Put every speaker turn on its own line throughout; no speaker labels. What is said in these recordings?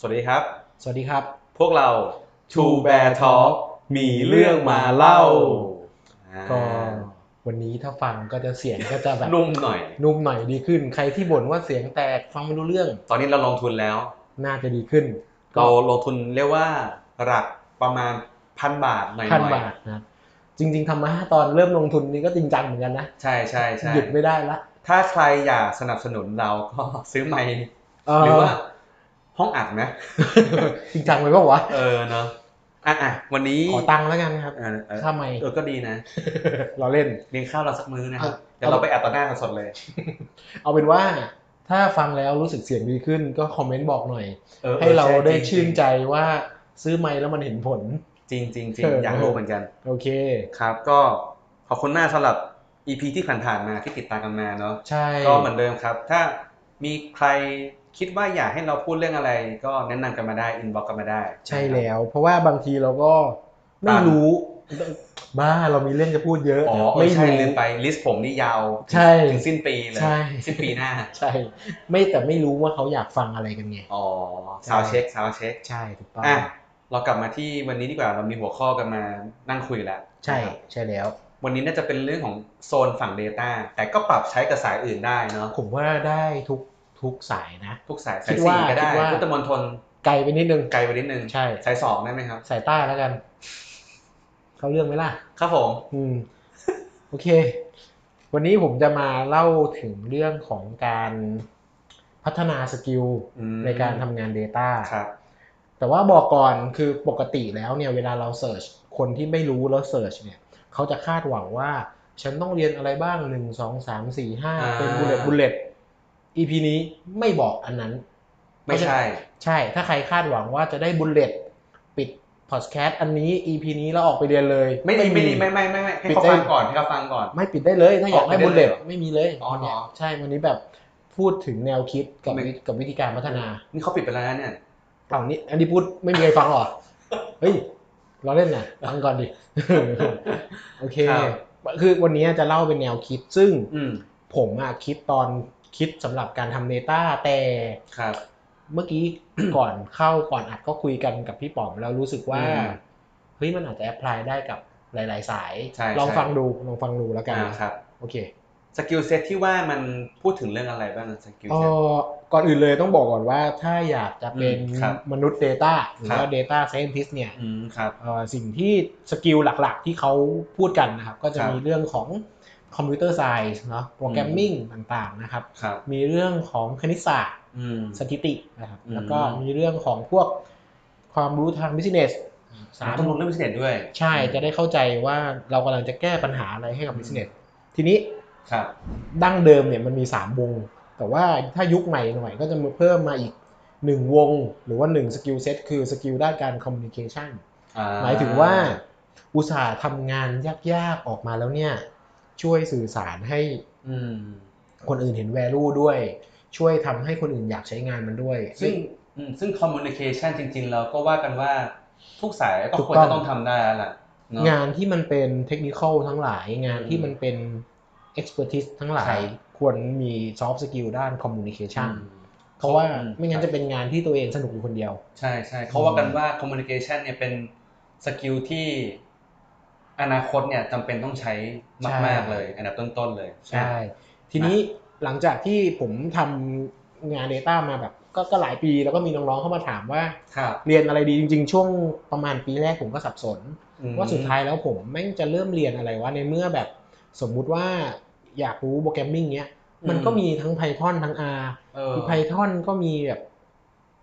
สวัสดีครับ
สวัสดีครับ
พวกเรา Two Bear Talk มีเรื่องมาเล่า
ก็วันนี้ถ้าฟังก็จะเสียงก็จะแบบ
นุ่มหน่อย
นุ่มหน่อยดีขึ้น ใครที่บ่นว่าเสียงแตกฟังไม่รู้เรื่อง
ตอนนี้เราลงทุนแล้ว
น่าจะดีขึ้น
เราลงทุนเรียกว่าหลักประมาณพันบาทหน่อยๆ
พันบาทนะจริง ๆทำมาห้าตอนเริ่มลงทุนนี่ก็จริงจังเหมือนกันนะ
ใช่ใช่ใช่
หยุดไม่ได้ละ
ถ้าใครอยากสนับสนุนเราก็ซื้อไมค์
เห
รือว่าห้องอัดไหม
จริงจังไปเปล่าวะ
เออเนาะอ่ะอ่ะวันนี้
ขอตังค์แล้วกันครับ
อ่ะเออ
ถ้าไม่
เออก็ดีนะ
เราเล่น
เลี้ยงข้าวเราสักมื้อนะครับ
เอา
เดี๋ยวเราไปอัดต่อหน้าสดๆเลย
เอาเป็นว่าถ้าฟังแล้วรู้สึกเสียงดีขึ้นก็คอมเมนต์บอกหน่อย
ออออ
ให้เรา
ช่
ได้
ริ
ชื่
ง
น
ๆ
ใจว่าซื้อไม้แล้วมันเห็นผล
จริงๆจริง
เออ
ๆ
อ
อยากรู้เหมือนกัน
โอเค
ครับก็ขอบคุณมากสำหรับ EP ที่ผ่านๆมาที่ติดตามกันมาเนาะ
ใช่
ก็เหมือนเดิมครับ ถ้ามีใครคิดว่าอยากให้เราพูดเรื่องอะไร ก็แนะนำกันมาได้ อินบ็อกกันมาได้
ใช่แล้ว เพราะว่าบางทีเราก็ไม่รู้ บ้าเรามีเรื่องจะพูดเยอะ
อ๋อเออ
ไม่
ใช่ลื
รู้
มไปลิสต์ผมนี่ยาว
ใช่
ถึงสิ้นปีเลย
ใช่
สิ้นปีหน้า
ใช่ ไม่แต่ไม่รู้ว่าเขาอยากฟังอะไรกันไง
อ๋อซาวเช็คซาวเช็ค
ใช่ถูกต้อง
อ่ะเรากลับมาที่วันนี้ดีกว่าเรามีหัวข้อกันมานั่งคุยแล้ว
ใช่
นะครับ
ใช่แล้ว
วันนี้น่าจะเป็นเรื่องของโซนฝั่ง Data แต่ก็ปรับใช้กับสายอื่นได้เนาะ
ผมว่าได้ทุกทุกสายนะ
ทุกสาย
คิ
สาย
ดว่า
สี่ก็ได้
คิดว่า
พุทธมณฑล
ไกลไปนิดนึง
ไกลไปนิดนึง
ใช่
สายสองได้ไหมครับ
สายใต้แล้วกัน เขาเรื่องไหมล่ะ
ครับผม
อืม โอเค วันนี้ผมจะมาเล่าถึงเรื่องของการพัฒนาสกิล
อืม
ในการทำงาน Data
ครับ
แต่ว่าบอกก่อนคือปกติแล้วเนี่ยเวลาเราเสิร์ชคนที่ไม่รู้แล้วเสิร์ชเนี่ยเขาจะคาดหวังว่า ฉันต้องเรียนอะไรบ้าง 1 2 3 4
อ่า
5 เป็นบุลเลตบุลเลต EP นี้ไม่บอกอันนั้น
ไม่ใช่
ใช่ ถ้าใครคาดหวังว่าจะได้บุลเลตปิดพอดแคสต์อันนี้ EP นี้เราออกไปเรียนเลย
ไม่ดีไม่ดีไม่
ไ
ไม่ไม่ไม่ให้
ปิด
เขาฟั
ได้
งก่อนให้เขาฟังก่อน
ไม่ปิดได้เลยถ้าอยาก
ออกไป
ได้
ได้
บุลเล
เลย
ต
เหรอ
ไม่มีเลย
อ๋อเหรอ
ใช่วันนี้แบบพูดถึงแนวคิดกับ
ไม่
วิกับวิธีการพัฒนา
นี่เขาปิดไปแล้วนะเนี่ย
เอานี่อันนี้พูดไม่มีใครฟังหรอ เฮ้ย เราเล่นนะฟังก่อนดิ โอเค คือวันนี้จะเล่าเป็นแนวคิด ซึ่ง
อืม
ผมอะคิดตอนคิดสำหรับการทำ Data แต่
ครับ
เมื่อกี้ ก่อนเข้าก่อนอัดก็คุยกันกับพี่ป๋อมแล้วรู้สึกว่า
อืม
เฮ้ยมันอาจจะแอพพลายได้กับหลาย ๆ สาย
ใช่
ลอง
ใช่
ฟังดูลองฟังดูแล้วกัน
อ่าครับ
โอเค
สกิลเซ็ตที่ว่ามันพูดถึงเรื่องอะไรบ้างสกิล
เอ่
เซ็ต
อก่อนอื่นเลยต้องบอกก่อนว่าถ้าอยากจะเป็น
อืมครับ
มนุษย์ Data หรือ
ครั
ว่า
บ
Data Scientist เนี่ย
อืมครับ
เอ่อสิ่งที่สกิลหลักๆ ที่เขาพูดกันนะครับ ก็จะ
ครับ
มีเรื่องของคอมพิวเตอร์ไซส์เนาะโปรแกรมมิ่งต่างๆนะครับ
ครับ
มีเรื่องของคณิตศาสตร์
อืม
สถิตินะครับ
อืม
แล้วก็มีเรื่องของพวกความรู้ทางบิสเนสสาม
ต้องลงเรื่องพิเศษด้วย
ใช่จะได้เข้าใจว่าเรากำลังจะแก้ปัญหาอะไรให้กับบิสเนสทีนี้
ครับ
ดั้งเดิมเนี่ยมันมี 3 วง แต่ว่าถ้ายุคใหม่หน่อยก็จะมีเพิ่มมาอีก 1 วง หรือว่า1สกิลเซ็ตคือสกิลด้านการคอมมิวนิเคชัน
อ่
หมายถึงว่าอุตสาห์ทำงานยากๆ ออกมาแล้วเนี่ย ช่วยสื่อสารให้
อืม
คนอื่นเห็นแวลูด้วย ช่วยทำให้คนอื่นอยากใช้งานมันด้วย
ซึ่งอืมซึ่ง communication จริงๆ เราก็ว่ากันว่าทุกสายก็
ถูก
ควร
ต้อง
จะต้องทำได้แล้วล่ะเนอะ
งานที่มันเป็นเทคนิคอลทั้งหลาย งานที่มันเป็น expertise ทั้งหลา
ใช่
ย ควรมี soft skill ด้าน communication
อืม
เพราะว่า
อืม
ไม่งั้นจะเป็นงานที่ตัวเองสนุกอยู่คนเดียว
ใช่ใช่เขาว่ากันว่า communication เนี่ยเป็นสกิลที่อนาคตเนี่ยจำเป็นต้องใช้
ใช่
มากๆเลย อันดับต้นๆเลย
ใช่
อ่ะ
ทีนี้หลังจากที่ผมทำงาน Data มาแบบก็ก็หลายปีแล้วก็มีน้องๆเข้ามาถามว่า
ครับ
เรียนอะไรดีจริง ๆ ช่วงประมาณปีแรกผมก็สับสน
อืม
ว่าสุดท้ายแล้วผมแม่งจะเริ่มเรียนอะไรวะในเมื่อแบบสมมุติว่าอยากรู้โปรแกรมมิ่งเนี้ยมันก็มีทั้ง Python ทั้ง R
เออ
คือ Python ก็มีแบบ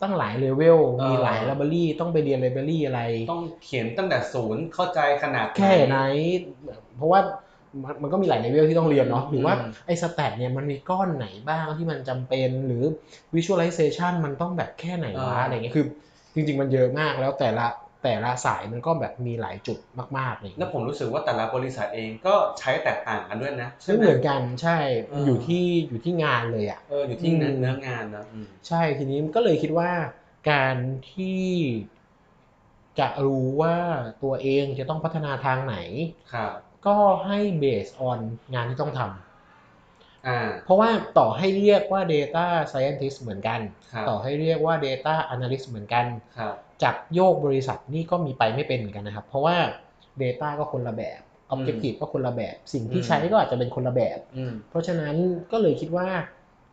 ตั้งหลายเลเวล
เออ
มีหลายไลบรารีต้องไปเรียนไลบรารีอะไร
ต้องเขียนตั้งแต่ศูนย์เข้าใจขนาด
แค่ไหน เพราะว่ามันมันก็มีหลายเลเวลที่ต้องเรียนเนาะหรือว่าไอ้สแตทเนี่ยมันมีก้อนไหนบ้างที่มันจำเป็นหรือ Visualization มันต้องแบบแค่ไหนวะอะไรเงี้ยคือ จริง ๆ มันเยอะมากแล้วแต่ละแต่ละสายมันก็แบบมีหลายจุดมากๆเลย
แล้วผมรู้สึกว่าแต่ละบริษัทเองก็ใช้แตกต่างกันด้วยนะใช่
ไม่
ไหม
เหมือนกันใช่
เอออ
อยู่ที่อยู่ที่งานเลยอ่ะ
เอออยู่ที่เนื้อ
อืม
เนื้องานนะอืม
ใช่ทีนี้มันก็เลยคิดว่าการที่จะรู้ว่าตัวเองจะต้องพัฒนาทางไหน
ครับ
ก็ให้เบสออนงานที่ต้องทำ
อ่า
เพราะว่าต่อให้เรียกว่า Data Scientist เหมือนกัน
ครับ
ต่อให้เรียกว่า Data Analyst เหมือนกัน
ครับ
จากโยกบริษัทนี่ก็มีไปไม่เป็นเหมือนกันนะครับ เพราะว่า Data ก็คนละแบบ Objective ก็คนละแบบ สิ่งที่ใช้ก็อาจจะเป็นคนละแบบ
อืม
เพราะฉะนั้นก็เลยคิดว่า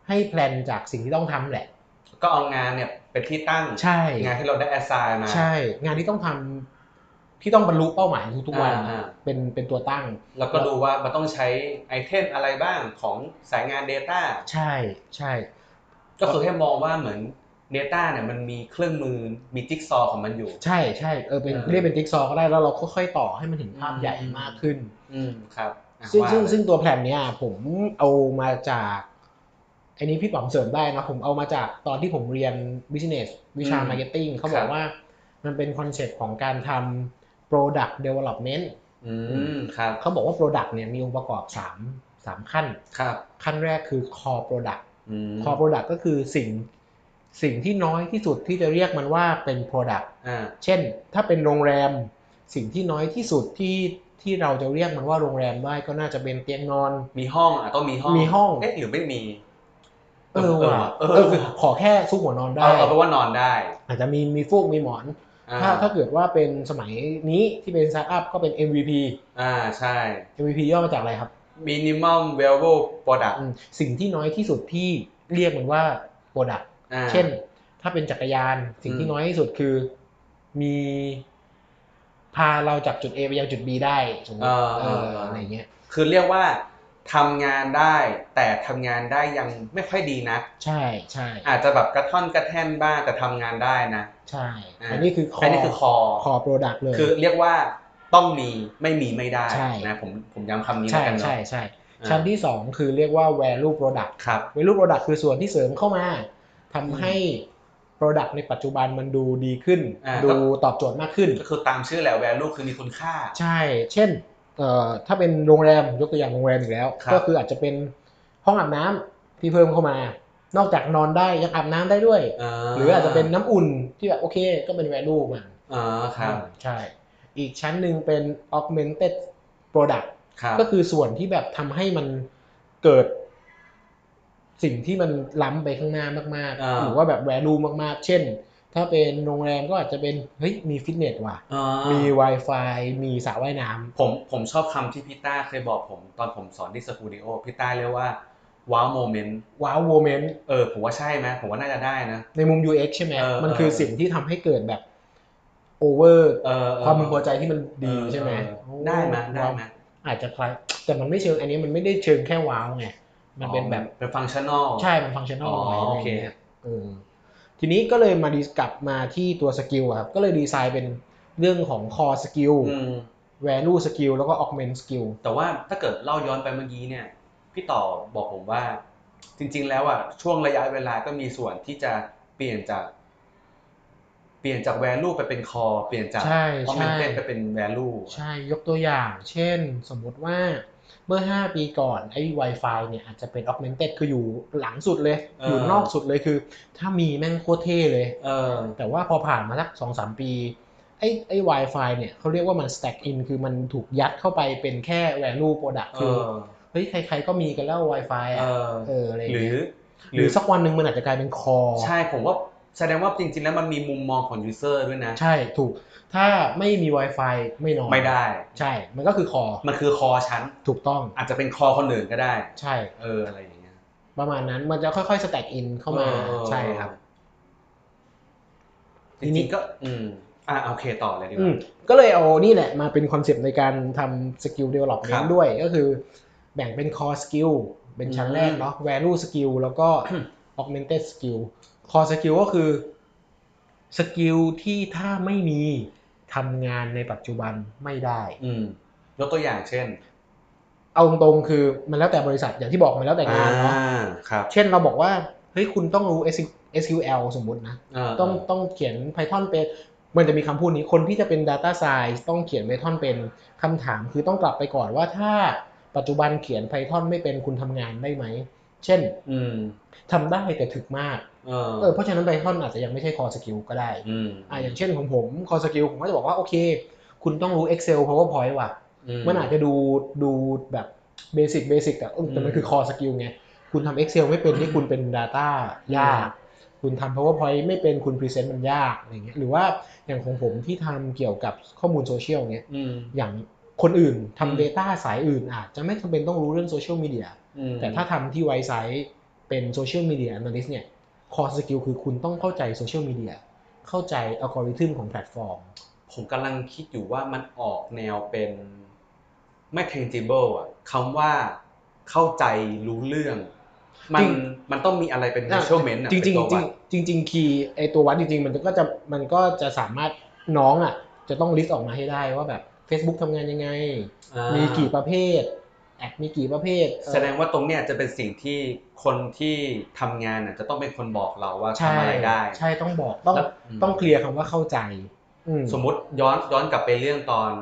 ให้แพลนจากสิ่งที่ต้องทำแหละ
ก็เอางานเนี่ยเป็นที่ตั้ง
ใช่
งานที่เราได้แอสไซน์มา
ใช่ งานที่ต้องทำที่ต้องบรรลุเป้าหมายทุกๆวัน
อ่า
เป็นเป็นตัวตั้ง
แล้วก็ดูว่ามันต้องใช้ไอเทมอะไรบ้างของสายงาน Data
ใช่ใช่
ก็คือให้มองว่าเหมือน Data เนี่ยมันมีเครื่องมือมีจิ๊กซอว์ของมันอยู่
ใช่ใช่เออเป็น
อ่า
เรียกเป็นจิ๊กซอว์ก็ได้แล้วเราก็ค่อยต่อให้มันเห็นภาพ
อืม
ใหญ่มากขึ้น
อืมครับอ่ะ
ซึ่ง
ว่า
ซึ่ง
เลย
ซึ่งตัวแพลนเนี้ยผมเอามาจากอันนี้พี่ป๋องเสริมได้นะผมเอามาจากตอนที่ผมเรียน business วิชา marketing เขาบอกว่ามันเป็นคอนเซ็ปต์ของการทำ product development
อืมครับ
เขาบอกว่า product เนี่ยมีองค์ประกอบสามสามขั้น
ครับ
ขั้นแรกคือ core product
อืม
core product ก็คือสิ่งสิ่งที่น้อยที่สุดที่จะเรียกมันว่าเป็น product
อ่า
เช่น ถ้าเป็นโรงแรมสิ่งที่น้อยที่สุดที่ที่เราจะเรียกมันว่าโรงแรมได้ก็น่าจะเป็นเตียงนอน
มีห้องอ่ะต้องมีห้อง
มีห้อง
เอ๊ะหรือไม่มี
เออว่ะ
เออ
เอ
เอ
อ
อ
ขอแค่ซุกหัวนอนได้
เอาเอาไปนว่านอนได้
อาจจะมีมีฟูกมีหมอน
อ่
ถ้าถ้าเกิดว่าเป็นสมัยนี้ที่เป็นสตาร์ทอัพก็เป็น MVP
อ่าใช่
MVP ย่อมาจากอะไรครับ
minimum viable product
อืมสิ่งที่น้อยที่สุดที่เรียกมันว่า Product
อ่า
เช่น ถ้าเป็นจักรยานสิ่งที่
อืม
น้อยที่สุดคือมีพาเราจากจุด A ไปยังจุด B ได้สมมติ
เออ
เอ
เอ
อ
อ
อะไรอย่างเงี้ย
คือเรียกว่าทำงานได้ แต่ทำงานได้ยังไม่ค่อยดีนะ
ใช่ใช่
อาจจะแบบกระท่อนกระแท่นบ้างแต่ทำงานได้นะ
ใช่
อ่า
อันนี้คือคอ
อันนี้คือคอ
คอโปรดักต์เลย
คือเรียกว่าต้องมีไม่มีไม่ได้
ใช่
นะผมผมย้ำคำนี้
ใช่
แล้วกันเนาะ
ใช่ใช่
อ่า
ชั้นที่ 2 คือเรียกว่า value product
ครับ
value product คือส่วนที่เสริมเข้ามาทำให้ product ในปัจจุบันมันดูดีขึ้น
อ่า
ดูตอบโจทย์มากขึ้น
ก็คือตามชื่อแหละ value คือมีคุณค่า
ใช่ เช่นเอ่อถ้าเป็นโรงแรมยกตัวอย่างโรงแรมอีกแล้ว
ครับ
ก็คืออาจจะเป็นห้องอาบน้ำที่เพิ่มเข้ามา นอกจากนอนได้ยังอาบน้ำได้ด้วย หรืออาจจะเป็นน้ำอุ่นที่แบบโอเค ก็เป็น value มัน
อ๋อครับ
ใช่ อีกชั้นหนึ่งเป็น augmented product
ครับ
ก็คือส่วนที่แบบทำให้มันเกิด สิ่งที่มันล้ำไปข้างหน้ามาก
า
ๆ หรือว่าแบบแวลูมากๆ เช่น ถ้าเป็นโรงแรมก็อาจจะเป็น เฮ้ย มีฟิตเนสว่ะ
อ๋อ
มี Wi-Fi มีสระว่ายน้
ผมผมชอบคำที่พี่ต้าเคยบอกผม ตอนผมสอนที่สตูดิโอพี่ต้าเรียกว่าว้าวโมเมนต์
ำว้าวโวเมนต์
เออผมว่าใช่ไหมผมว่าน่าจะได้นะ
ในมุม UX ใช่ไหม
เออ
มันคือ
เออ
สิ่งที่ทำให้เกิดแบบโอเวอร์
เออเออ
ความพึงพอใจที่มันดีใช่ไหม
เออเออได้ไหมยได้ไหมย
อาจจะคล้ายแต่มันไม่เชิงอันนี้มันไม่ได้เชิงแค่ว้าวไง มันเป็นแบบ
เป็นฟังชั่นอล
ใช่มันฟังชั่นอล
อ๋อ
อะไร
โอ
อย่าง
เค
เงี้ยเออทีนี้ก็เลยมาดีกลับมาที่ตัวสกิลอะครับ ก็เลยดีไซน์เป็นเรื่องของ core skill
อืม
value skill แล้วก็ augment skill
แต่ว่าถ้าเกิดเล่าย้อนไปเมื่อกี้เนี่ยพี่ต่อบอกผมว่า จริง ๆ แล้วอ่ะช่วงระยะเวลาก็มีส่วนที่จะเปลี่ยนจาก เปลี่ยนจาก value ไปเป็น core เปลี่ยนจาก
ใช่
คอมเมน
ใช่
ต์ไปเป็น value
ใช่ยกตัวอย่าง เช่น สมมุติว่าเมื่อ 5 ปีก่อนไอ้ Wi-Fi เนี่ยอาจจะเป็น augmented คืออยู่หลังสุดเลย
เอออ
อยู่นอกสุดเลยคือ ถ้ามีแม่งโคตรเท่เลย
เออ
แต่ว่าพอผ่านมาสักสองสามปี ไอ้ไอ้ Wi-Fi เนี่ยเขาเรียกว่ามัน stack in คือมันถูกยัดเข้าไปเป็นแค่ value product
เอ
คือ
อ
เฮ้ย ใครๆ ก็มีกันแล้ว Wi-Fi
เอ
อ่ะ
อ
เออ อะไร
ห
ย่าง
รื
เงี้
อย
หรือสักวันหนึ่งมันอาจจะกลายเป็นคอ
ใช่ผมว่าแสดงว่าจริง ๆ แล้วมันมีมุมมองของ user ด้วยนะ
ใช่ ถูก ถ้าไม่มี Wi-Fi ไม่นอน
ไม่ได้
ใช่ มันก็คือคอ
มันคือ core ชั้น
ถูกต้อง
อาจจะเป็น core คนอื่นก็ได้
ใช่
เอออะไรอย่างเงี้ย
ประมาณนั้น มันจะค่อยๆ stack in เข้ามา
ออ
ใช่ครับ
จริงๆก็ อืม อ่ะโอเคต่อเลยดีก
อืม
ว่า
ก็เลยเอานี่แหละมาเป็นคอนเซปต์ในการทำสกิล
ครั
development
บ
ด้วย ก็คือแบ่งเป็น core skill เป็นชั้นแรก
อืม
เนาะ value skill แล้วก็ augmented skill core skill ก็คือสกิลที่ถ้าไม่มีทำงานในปัจจุบันไม่ได้
อืมยกตัวอย่างเช่น
เอาตรงๆคือมันแล้วแต่บริษัทอย่างที่บอกมันแล้วแต่งานเนาะ
ครับ
เช่นเราบอกว่า เฮ้ยคุณต้องรู้ SQL สมมุตินะ
เเ
ต้องต้องเขียน Python เป็น มันจะมีคำพูดนี้ คนที่จะเป็น Data Science ต้องเขียน Python เป็นคำถามคือต้องกลับไปก่อนว่าถ้าปัจจุบันเขียน Python ไม่เป็นคุณทำงานได้ไหม เช่น
อืม
ทำได้แต่ถึกมาก
เออ
เออเพราะฉะนั้น Python อาจจะยังไม่ใช่ Core Skill ก็ได้
อืม
อ่าอย่างเช่นของผม Core Skill ผมก็จะบอกว่า โอเค คุณต้องรู้ Excel PowerPoint ว่ะ มันอาจจะดูดูแบบเบสิกเบสิกแต่เออแต่มันคือ Core Skill ไง คุณทำ Excel ไม่เป็นนี่คุณเป็น Data ยาก คุณทำ PowerPoint ไม่เป็นคุณพรีเซนต์มันยากอะไรเงี้ยหรือว่าอย่างของผมที่ทำเกี่ยวกับข้อมูลโซเชียลเงี้ย
อืม
อย่างคนอื่น
อืม
ทำ Data สายอื่นอาจจะไม่จำเป็นต้องรู้เรื่องโซเชียลมีเดีย
อืม
แต่ถ้าทำที่ไวไซต์เป็นโซเชียลมีเดียแอนาลิสเนี่ยคอสกิลคือคุณต้องเข้าใจโซเชียลมีเดียเข้าใจอัลกอริทึมของแพลตฟอร์ม
ผมกำลังคิดอยู่ว่ามันออกแนวเป็นไม่ tangible อ่ะคำว่าเข้าใจรู้เรื่อง มัน
จริง
มันต้องมีอะไรเป็น measurement อะ
จริงจริง
เป็นตัววัด
จริงจริงคีย์ไอตัววัดจริง ๆ มันก็จะมันก็จะสามารถน้องอ่ะจะต้องลิสต์ออกมาให้ได้ว่าแบบ Facebook ทำงานยังไง มีกี่ประเภทแอดมีกี่ประเภทเอ่อ
แสดงว่าตรงเนี้ยจะเป็นสิ่งที่คนที่ทำงานน่ะจะต้องเป็นคนบอกเราว่า
ใช่
ทำอะไรได้
ใช่ต้องบอกต้อง
แล้วม
ต้องเคลียร์คำว่าเข้าใจอื
สมมติย้อนย้อนกลับไปเรื่องตอน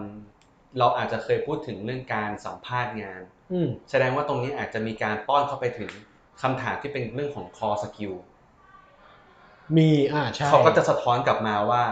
เราอาจจะเคยพูดถึงเรื่องการสัมภาษณ์งาน
อืม
แสดงว่าตรงนี้อาจจะมีการป้อนเข้าไปถึงคำถามที่เป็นเรื่องของ core skill
มีอ่าใช่
เขาก็จะสะท้อนกลับมาว่า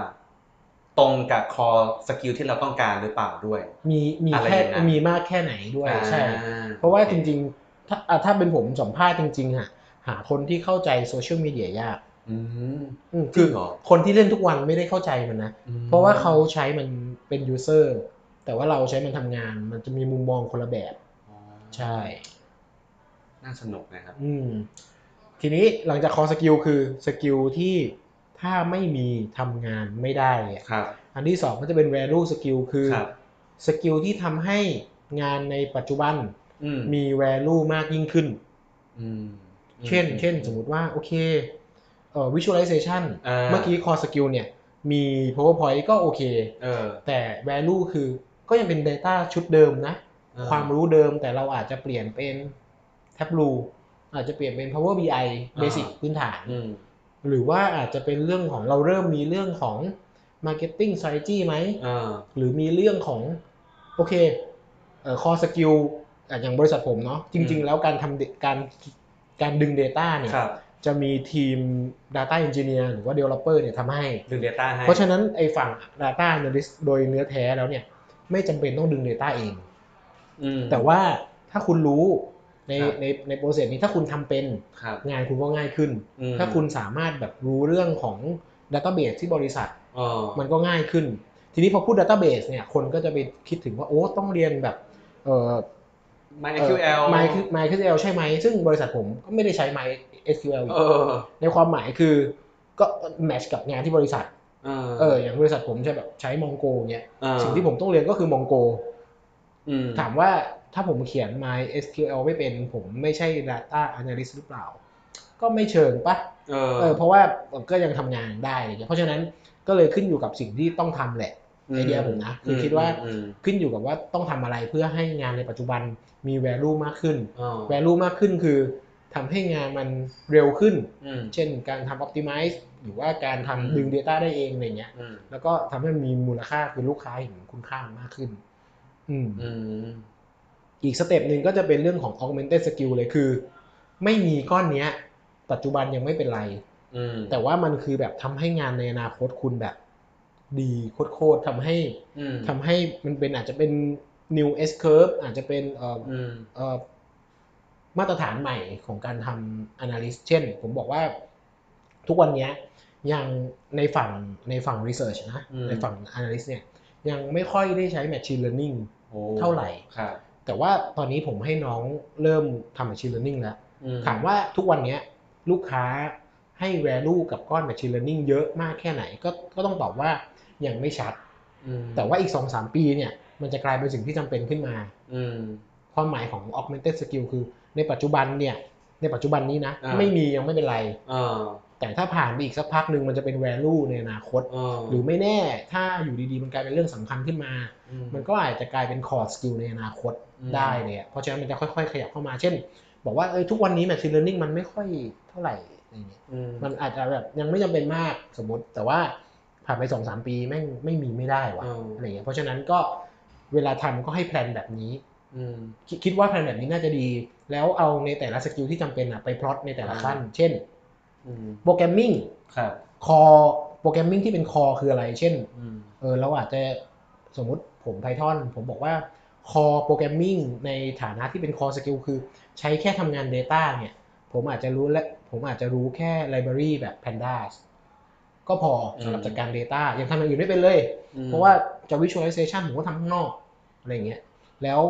ตรงกับ core skill ที่เราต้องการหรือเปล่าด้วย
มีมี
อะไร
แค่
อย่างนั้น
มีมากแค่ไหนด้วยใช่
อ่
เพราะว่าจริงๆถ้าอ่ะถ้าเป็นผมสัมภาษณ์จริงๆอะหาคนที่เข้าใจโซเชียลมีเดียยาก
อืม
อืม
จริ
คือง
เหรอ
คนที่เล่นทุกวันไม่ได้เข้าใจมันนะ
อืม
เพราะว่าเขาใช้มันเป็นยูเซอร์แต่ว่าเราใช้มันทำงาน มันจะมีมุมมองคนละแบบใช่
น่าสนุกนะครับ
อืมทีนี้หลังจากคอสกิลคือสกิลที่ถ้าไม่มีทำงานไม่ได้อะ
ครับ
อันที่สองก็จะเป็น value skill คือ
ครับ
สกิลที่ทำให้งานในปัจจุบัน
อืม
มี value มากยิ่งขึ้น
อืม
เช่น
อืม
เช่นสมมุติว่า โอเคเอ่อ visualization
อ่า
เมื่อกี้ core skill เนี่ยมี powerpoint ก็โอเค
เออ
แต่ value คือก็ยังเป็น data ชุดเดิมนะ
เออ
ความรู้เดิมแต่เราอาจจะเปลี่ยนเป็น Tableau อาจจะเปลี่ยนเป็น Power BI Basic พื้นฐาน
อืม
หรือว่าอาจจะเป็นเรื่องของเราเริ่มมีเรื่องของ Marketing Strategy ไหม
เออ
หรือมีเรื่องของ โอเคเอ่อ Core Skill อ่ะอย่างบริษัทผมเนาะจริง ๆ แล้วการทำการการดึง Data เนี่ย
ครับ
จะมีทีม Data Engineer หรือว่า Developer เนี่ยทำให้
ดึง Data ให้
เพราะฉะนั้นไอ้ฝั่ง Data Analyst โดยเนื้อแท้แล้วเนี่ยไม่จำเป็นต้องดึง Data เอง
อืม
แต่ว่าถ้าคุณรู้ใน
ครับ
ในในโปรเซสนี้ถ้าคุณทำเป็น
ครับ
งานคุณก็ง่ายขึ้น
อืม
ถ้าคุณสามารถแบบรู้เรื่องของ Database ที่บริษัท
เออ
มันก็ง่ายขึ้น ทีนี้พอพูด Database เนี่ยคนก็จะไปคิดถึงว่าโอ้ต้องเรียนแบบเอ่อ
มา SQL
ไมค์ไมค์ SQL ใช่ไหม ซึ่งบริษัทผมก็ไม่ได้ใช้ไมค์ SQL อยู่
เออ
ในความหมายคือก็แมทช์กับงานที่บริษัท
เออ
เอออย่างบริษัทผมใช้แบบใช้มองโกเงี้ย
เออ
สิ่งที่ผมต้องเรียนก็คือมองโก
อืม
ถามว่าถ้าผมเขียน MySQL ไม่เป็นผมไม่ใช่ Data Analyst หรือเปล่า ก็ไม่เชิงปะ
เออ
เออเพราะว่าก็ยังทำงานได้อะไรเงี้ยเพราะฉะนั้นก็เลยขึ้นอยู่กับสิ่งที่ต้องทำแหละ ไอเดียผมนะคือคิดว่า
อืม
ขึ้นอยู่กับว่าต้องทำอะไรเพื่อให้งานในปัจจุบันมี value มากขึ้น
อืมเออ
value มากขึ้นคือทำให้งานมันเร็วขึ้น
อืม
เช่นการทำ optimize หรือว่าการ
อืม
ทำดึง Data ได้เองอะไรเงี้ย
อืม
แล้วก็ทำให้มันมีมูลค่าคือลูกค้าเห็นคุณค่ามากขึ้น อืม
อืม
อีกสเต็ปหนึ่งก็จะเป็นเรื่องของ augmented skill เลยคือ ไม่มีก้อนเนี้ย ปัจจุบันยังไม่เป็นไร
อืม
แต่ว่ามันคือแบบทำให้งานในอนาคตคุณแบบดีโคตรๆทำให้
อืม
ทำให้มันเป็นอาจจะเป็น new S curve อาจจะเป็นเอ่อ
อืม
เอ่อมาตรฐานใหม่ของการทำ analyst เช่น ผมบอกว่าทุกวันเนี้ยยังในฝั่งในฝั่ง research นะ ในฝั่ง analyst เนี่ยยังไม่ค่อยได้ใช้ machine learning
โอ้
เท่าไหร่
ครับ
แต่ว่าตอนนี้ผมให้น้องเริ่มทำ machine learning แล้ว
อืม
ถามว่าทุกวันเนี้ยลูกค้าให้ value กับก้อน machine learning เยอะมากแค่ไหนก็ก็ต้องตอบว่ายังไม่ชัด
อืม
แต่ว่าอีก 2-3 ปีเนี่ยมันจะกลายเป็นสิ่งที่จำเป็นขึ้นมา
อืม
ความหมายของ augmented skill คือในปัจจุบันเนี่ยในปัจจุบันนี้นะ
อ่า
ไม่มียังไม่เป็นไร
เออ
แต่ถ้าผ่านไปอีกสักพักหนึ่งมันจะเป็น value ในอนาคต
เออ
หรือไม่แน่ถ้าอยู่ดีๆ มันกลายเป็นเรื่องสำคัญขึ้นมา
ม
มันก็อาจจะกลายเป็น core skill ในอนาคต ได้เลยอะเพราะฉะนั้นมันจะค่อยๆ ขยับเข้ามา เช่น บอกว่าเอยทุกวันนี้ machine learning มันไม่ค่อยเท่าไหร่อะไรเงี้ย
อืม
มันอาจจะแบบยังไม่จำเป็นมากสมมติ แต่ว่าผ่านไปสองสามปีแม่งไม่มีไม่ได้วะ
เออ
อะไรเงี้ย เพราะฉะนั้นก็เวลาทำก็ให้แพลนแบบนี้
อืม
คิดคิดว่าแพลนแบบนี้น่าจะดี แล้วเอาในแต่ละสกิลที่จำเป็นอะไปพลอตในแต่ละขั้น เช่น
อืม
โปรแกรมมิ่ง
ครับ
คอโปรแกรมมิ่งที่เป็นคอคืออะไร เช่น
อืม
เออเราอาจจะสมมติผม Python ผมบอกว่า Core Programming ในฐานะที่เป็น Core Skill คือใช้แค่ทำงาน Data เนี่ย ผมอาจจะรู้และผมอาจจะรู้แค่ library แบบ pandas ก็พอสำหรับ
อืม
จัดการ data ยังทำอย่างอื่นไม่เป็นเลย
อืม
เพราะว่าจะ visualization ผมก็ทำข้างนอกอะไรอย่างเงี้ย แล้ว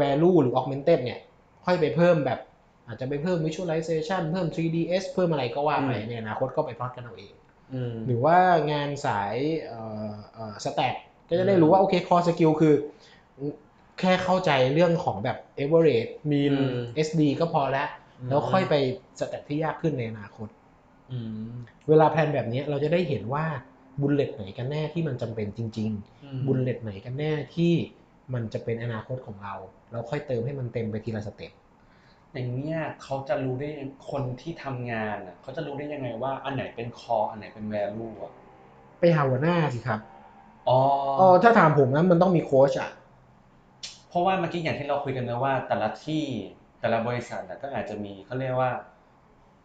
value หรือ augmented เนี่ย ค่อยไปเพิ่มแบบ อาจจะไปเพิ่ม visualization เพิ่ม 3ds เพิ่มอะไรก็ว่าไปในอนาคตก็ไปพลอตกันเอาเอง
อืม
หรือว่างานสายเอ่อเอ่อสแตทก็จะได้รู้ว่า
อืม
โอเคคอสกิลคือ แค่เข้าใจเรื่องของแบบ average mean
อืม
SD ก็พอแล้ว แล้วค่อยไปสแตทที่ยากขึ้นในอนาคต
อืม
เวลาแพลนแบบเนี้ยเราจะได้เห็นว่าบุลเลตไหนกันแน่ที่มันจำเป็นจริง ๆ
อืม
บุลเลตไหนกันแน่ที่มันจะเป็นอนาคตของเรา เราค่อยเติมให้มันเต็มไปทีละสเต็ป
อย่างเนี้ยเขาจะรู้ได้ยังคนที่ทำงานอ่ะเขาจะรู้ได้ยังไงว่าอันไหนเป็นคออันไหนเป็นแวลูอ่ะ
ไปหาหัวหน้าสิครับ
อ๋อ
เอ๋อถ้าถามผมนะมันต้องมีโค้ชอะ
เพราะว่าเมื่อกี้อย่างที่เราคุยกันนะว่า แต่ละที่แต่ละบริษัทนะก็อาจจะมีเขาเรียกว่า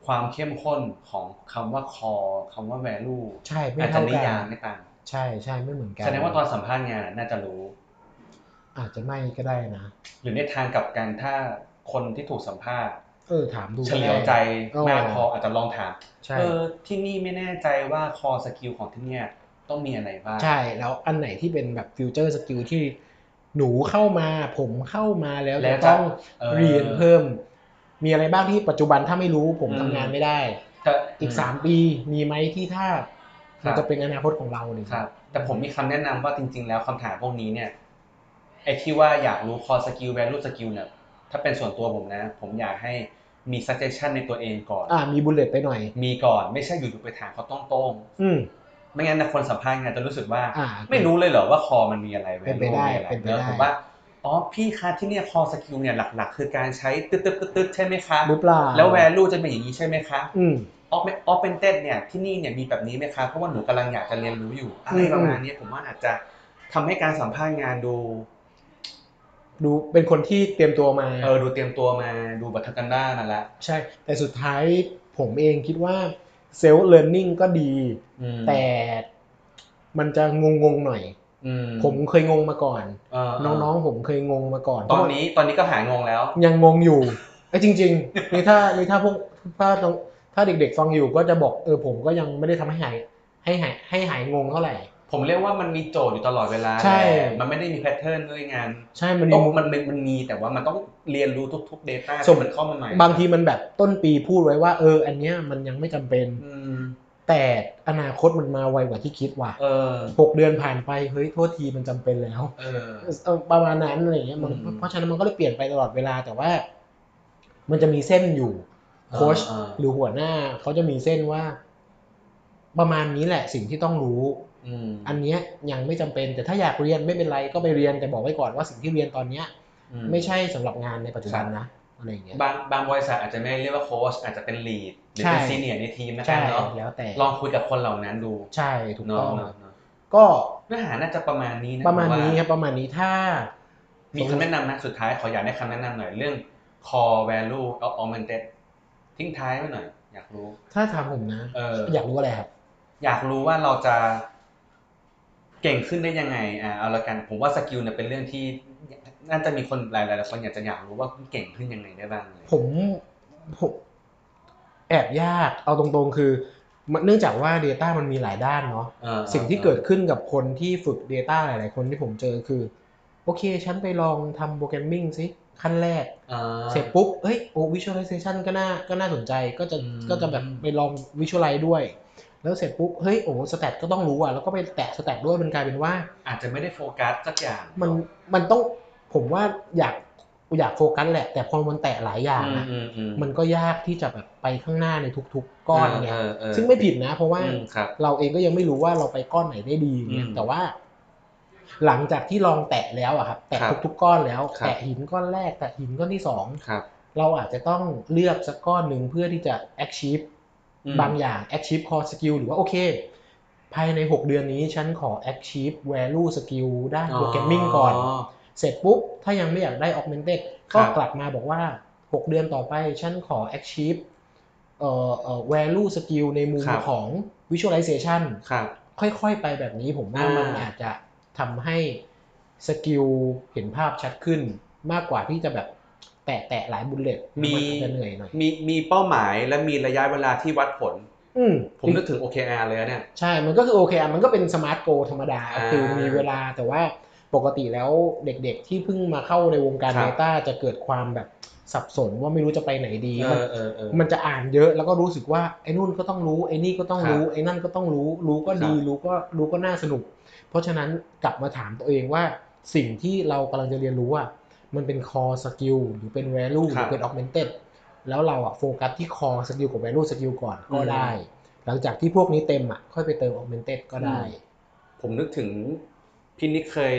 ความเข้มข้นของคำว่า core คำว่า value
ใช่ไม่
อาจจะ
เท่า
นิ
กั
ยาม
น
ไม่ต่าง
ใช่ใช่ไม่เหมือนกัน
แสดงว่าตอนสัมภาษณ์งานน่าจะรู้
อาจจะไม่ก็ได้นะ
หรือในทางกลับกันถ้าคนที่ถูกสัมภาษณ์
เออถามดู
เฉ
ก็ได้
ลียวใจมาก
เออ
พออาจจะลองถาม
ใช่
เออที่นี่ไม่แน่ใจว่า core skill ของที่เนี่ยต้องมีอะไรบ้าง
ใช่แล้วอันไหนที่เป็นแบบฟิวเจอร์สกิลที่หนูเข้ามาผมเข้ามาแล้ว
และ
จะ
จะ
ต้อง
อ่อ
เรียนเพิ่ม มีอะไรบ้างที่ปัจจุบันถ้าไม่รู้ผม
อืม
ทำงานไม่ได้
แต่
อีกสามปีมีไหมที่ถ้ามันจะเป็นอนาคตของเราเนี่ย
ครับ แต่ผมมีคำแนะนำว่าจริง ๆ แล้วคำถามพวกนี้เนี่ยไอ้ที่ว่าอยากรู้ core skill value skill เนี่ยถ้าเป็นส่วนตัวผมนะ ผมอยากให้มี suggestion ในตัวเองก่อน
อ่ามีบุลเลตไปหน่อย
มีก่อนไม่ใช่อยู่ๆไปถามเขาตรงๆ
อืม
ไม่งั้นนะคนสัมภาษณ์งานจะรู้สึกว่า
อ่า
ไม่รู้เลยเหรอว่าคอมันมีอะไร
เป็นไปได้
มีอะร
เป็นไป
แล้ว
ได้
ผมว่าอ๋อพี่คะที่เนี่ยคอสกิลเนี่ยหลักๆ คือการใช้ตึ๊ดตึ๊ดตึ๊ดตึ๊ดใช่ไหมคะ
หรือเปล่า
แล้วแวลูจะเป็นอย่างนี้ใช่ไหมคะ
อืม
ออฟออฟเป็นเตเนี่ยที่นี่เนี่ยมีแบบนี้ไหมคะเพราะว่าหนูกำลังอยากจะเรียนรู้อยู่อะไร
อืม
ประมาณเนี้ยผมว่าอาจจะทำให้การสัมภาษณ์งานดู
ดูเป็นคนที่เตรียมตัวมา
เออดูเตรียมตัวมาดูบัตรกันด้านนั่นแหละ
ใช่ แต่สุดท้ายผมเองคิดว่าเซลล์เลิร์นนิ่งก็ดี
อืม
แต่มันจะงงงๆหน่อย
อื
ผมเคยงงมาก่อน
เออ
น้องๆผมเคยงงมาก่อน
ตอนนี้ตอนนี้ก็หายงงแล้ว
เพราะว่ายังงงอยู่ไอ้ยจริงๆนี่ถ้านี่ถ้าพวกถ้าน้องถ้าเด็กๆฟังอยู่ก็จะบอกเออผมก็ยังไม่ได้ทำให้หายให้หายให้หายงงเท่าไหร่
ผมเรียกว่ามันมีโจทย์อยู่ตลอดเวลา
ใช่
แหละมันไม่ได้มีแพทเทิร์นด้วยงาน
ใช่มันมี
ต้องมันมันมันมีแต่ว่ามันต้องเรียนรู้ทุกๆ Data
สม
ที่มันเข้ามาใหม่
บางทีมันแบบต้นปีพูดไว้ว่า เออ อันเนี้ยมันยังไม่จำเป็น
อืม
แต่อนาคตมันมาไวกว่าที่คิดว่ะ
เออ
หกเดือนผ่านไปเฮ้ยโทษทีมันจำเป็นแล้ว
เออ
เออประมาณนั้นอะไรเงี้ยมัน
อืม
เพราะฉะนั้นมันก็เลยเปลี่ยนไปตลอดเวลาแต่ว่า มันจะมีเส้นอยู่โค้ช
อ่า
หรือหัวหน้าเขาจะมีเส้นว่า ประมาณนี้แหละสิ่งที่ต้องรู้
อืม
อันเนี้ยยังไม่จำเป็น แต่ถ้าอยากเรียนไม่เป็นไรก็ไปเรียนแต่บอกไว้ก่อนว่าสิ่งที่เรียนตอนเนี้ย
อื
ไม่ใช่สำหรับงานในปัจจุบันนะอะไรเงี้ย
บางบางบริษัทอาจจะไม่เรียกว่าโค้ชอาจจะเป็นลีดหรือเป็น
ใช่
ซีเนียร์ในทีมนะครั
ใช่
บเนาะ
แล้วแต่
ลองคุยกับคนเหล่านั้นดู
ใช่ ถูก
เนาะ
ต้อง
เนาะเนาะ
ก็
เนื้อหาน่าจะประมาณนี้นะ
ประมาณนี้
ผ
ครับประมาณนี้ถ้า
มีคำแนะนำนะสุดท้ายขออยากได้คำแนะนำหน่อยเรื่อง core value of augmented ทิ้งท้ายไว้หน่อย อยากรู้
ถ้าถามผมนะ
เออ
อยากรู้อะไรครับ
อยากรู้ว่าเราจะเก่งขึ้นได้ยังไง อ่าเอาละกัน ผมว่าสกิลเนี่ยเป็นเรื่องที่น่าจะมีคนหลายๆหลายคนอยากจะอยากรู้ว่าเก่งขึ้นยังไงได้บ้างเลย
ผมผมแอบยากเอาตรงๆ คือมันเนื่องจากว่า Data มันมีหลายด้านเนาะ
เออ
สิ่งที่เกิดขึ้นกับคนที่ฝึก Data หลาย ๆ คนที่ผมเจอคือ โอเค ฉันไปลองทำโปรแกรมมิ่งสิขั้นแรก
อ่า
เสร็จปุ๊บเอ้ยโอ้ visualization ก็น่าก็น่าสนใจก็จะ
อืม
ก็จะแบบไปลอง visualize ด้วย แล้วเสร็จปุ๊บเฮ้ยโอ้ stat ก็ต้องรู้อ่ะแล้วก็ไปแตะ stat ด้วยมันกลายเป็นว่า
อาจจะไม่ได้โฟกัสสักอย่าง
มันมันต้องผมว่าอยากอยากโฟกัสแหละ แต่พอมันแตะหลายอย่าง
อืม
นะ
อืมอืม
มันก็ยากที่จะแบบไปข้างหน้าในทุก ๆ ก้อนเนี่ย
เออเออเออ
ซึ่งไม่ผิดนะ เพราะว่า
อืมครับ
เราเองก็ยังไม่รู้ว่าเราไปก้อนไหนได้ดีเนี่ย
อืม
แต่ว่า หลังจากที่ลองแตะแล้วอะครับ แตะ
ครับ
ทุก ๆ ก้อนแล้ว
ครับ
แตะหินก้อนแรกแตะหินก้อนที่สอง
ครับ
เราอาจจะต้องเลือกสักก้อนหนึ่งเพื่อที่จะ achieve
อืม
บางอย่าง achieve core skill หรือว่าโอเค ภายใน 6 เดือนนี้ฉันขอ achieve value skill ด้าน programming ก่อน เสร็จปุ๊บ ถ้ายังไม่อยากได้ augmented
ครั
ก็
บ
กลับมาบอกว่า 6 เดือนต่อไป ฉันขอ achieve เอ่อเอ่อ value skill ในมุมของ visualization
ครับ
ค่อยๆ ไปแบบนี้ผมว่า
อ่ามั
มันอาจจะทำให้สกิลเห็นภาพชัดขึ้น มากกว่าที่จะแบบ แตะแตะหลายบุลเลต
มี
นอาจจะเหนื่อยหน่อย
มีมีเป้าหมายและมีระยะเวลาที่วัดผล
อืม
ผมนึกถึง OKR เลยอะเนี่ย
ใช่ มันก็คือโอเคมันก็เป็นสมาร์ทโกธรรมดา
อ่า
คือมีเวลาแต่ว่าปกติแล้วเด็กๆที่เพิ่งมาเข้าในวงการ
ครับ
เ a ต้าจะเกิดความแบบสับสนว่าไม่รู้จะไปไหนดี
เอ
มัน
อเออเออ
มันจะอ่านเยอะแล้วก็รู้สึกว่าไอ้นู่นก็ต้องรู้ไอ้นี่ก็ต้องรู้ไอ้นั่นก็ต้องรู้ รู้ก็ดี
ครับ
รู้ก็รู้ก็น่าสนุก เพราะฉะนั้นกลับมาถามตัวเองว่าสิ่งที่เรากำลังจะเรียนรู้อ่ะมันเป็น core skill หรือเป็น value ห
ครั
รื
บ
อเป็น augmented แล้วเราอ่ะโฟกัสที่ core skill กับ value skill ก่อนก็ได้ หลังจากที่พวกนี้เต็มอ่ะค่อยไปเติม augmented ก็ได้
อื ผมนึกถึงพี่นิกเคย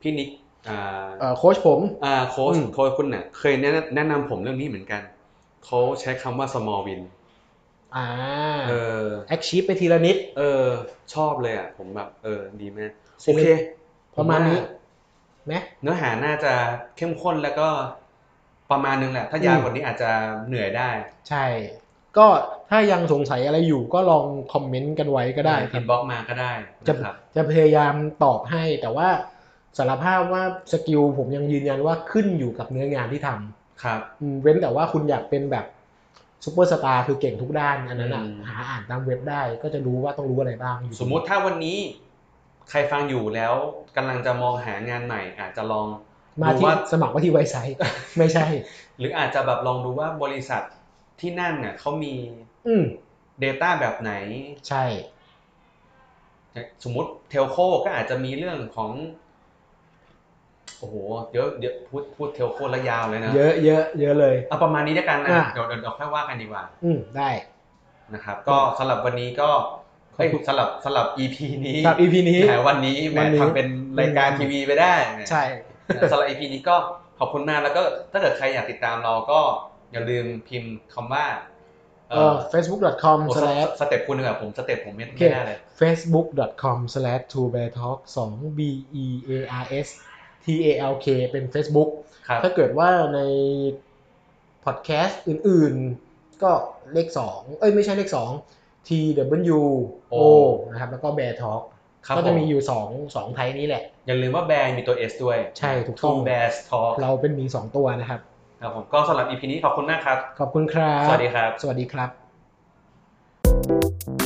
พี่นิกอ่า
เอ่อโค้ชผม
อ่าโค้ช
อืม
โค้ชคุณเนี่ยเคยแนะนำแนะนำผมเรื่องนี้เหมือนกัน เขาใช้คำว่า small win
อ่า
เออ
achieve ไปทีละนิด
เออ ชอบเลยอ่ะ ผมแบบ เออ ดีมาก
ซึ่
โอง เค
ประมาณนี้
ผว่
ไหม
เนื้อหาน่าจะเข้มข้นแล้วก็ประมาณนึงแหละ ถ้ายาวกว่านี้อาจจะเหนื่อยได้
ใช่ ก็ถ้ายังสงสัยอะไรอยู่ก็ลองคอมเมนต์กันไว้ก็ได้ค
อิ
รับ
นบ็อกมาก็ได้
จะ
นะครับ
จะพยายามตอบให้ แต่ว่าสารภาพว่าสกิลผมยังยืนยันว่าขึ้นอยู่กับเนื้องานที่ท
ครับ
ำอืมเว้นแต่ว่าคุณอยากเป็นแบบซูเปอร์สตาร์คือเก่งทุกด้านอันนั้นอ่ะ
อืม
หาอ่านตามเว็บได้ก็จะรู้ว่าต้องรู้อะไรบ้างอยู่
สมมุติถ้าวันนี้ใครฟังอยู่แล้วกำลังจะมองหางานใหม่ อาจจะลอง
มา
ดู
ที่
ว่า
สมัครมาที่ไวไซต์ ไม่ใช่
หรืออาจจะแบบลองดูว่าบริษัทที่นั่นเนี่ยเขามี
อืม
Data แบบไหน
ใช่
สมมติเทลโคก็อาจจะมีเรื่องของ โอ้โหเดี๋ยวเดี๋ยวพูดพูดเทลโคแล้วยาวเลยนะ
เยอะเยอะเยอะเลย
เอาประมาณนี้แล้วกันนะ
อ่ะ
เดี๋ยวเดี๋ยวเดี๋ยวค่อยว่ากันดีกว่า
อืมได้
นะครับ ก็สำหรับวันนี้ก็เอ้ยสำหรับสำหรับ EP นี้
ครับ EP นี้
แหมวันนี้แหม
วันนี้
ทำเป็นรายการทีวีไปได้แหม
ใช่
สำหรับ EP นี้ก็ขอบคุณมากแล้วก็ถ้าเกิดใครอยากติดตามเราก็อย่าลืมพิมพ์คำว่า
เอ่อ facebook.com
โอ้ส
slash
สเต็ปคุณดีกว่าผมสเต็ปผมไม่
โอเค
ไม่ได้เลย
facebook.com/2beartalk 2 b e a r s t a l k เป็น Facebook
ครับ
ถ้าเกิดว่าในพอดแคสต์อื่นๆ ก็เลข 2 เอ้ยไม่ใช่เลข 2 t w o
โอ้
นะครับ แล้วก็ bear talk
ครับ
ก็จะมีอ
ผ
ยู่2 2ไทยนี้แหละ
อย่าลืมว่าแบรนด์มีตัว S ด้วย
ใช่ถูกต้อง
แบรนด์ทอ
เราเป็นมี 2 ตัวนะครับ
ครับผมก็สำหรับ EP นี้ขอบคุณมากครับ
ขอบคุณครับ
สวัสดีครับ
สวัสดีครับ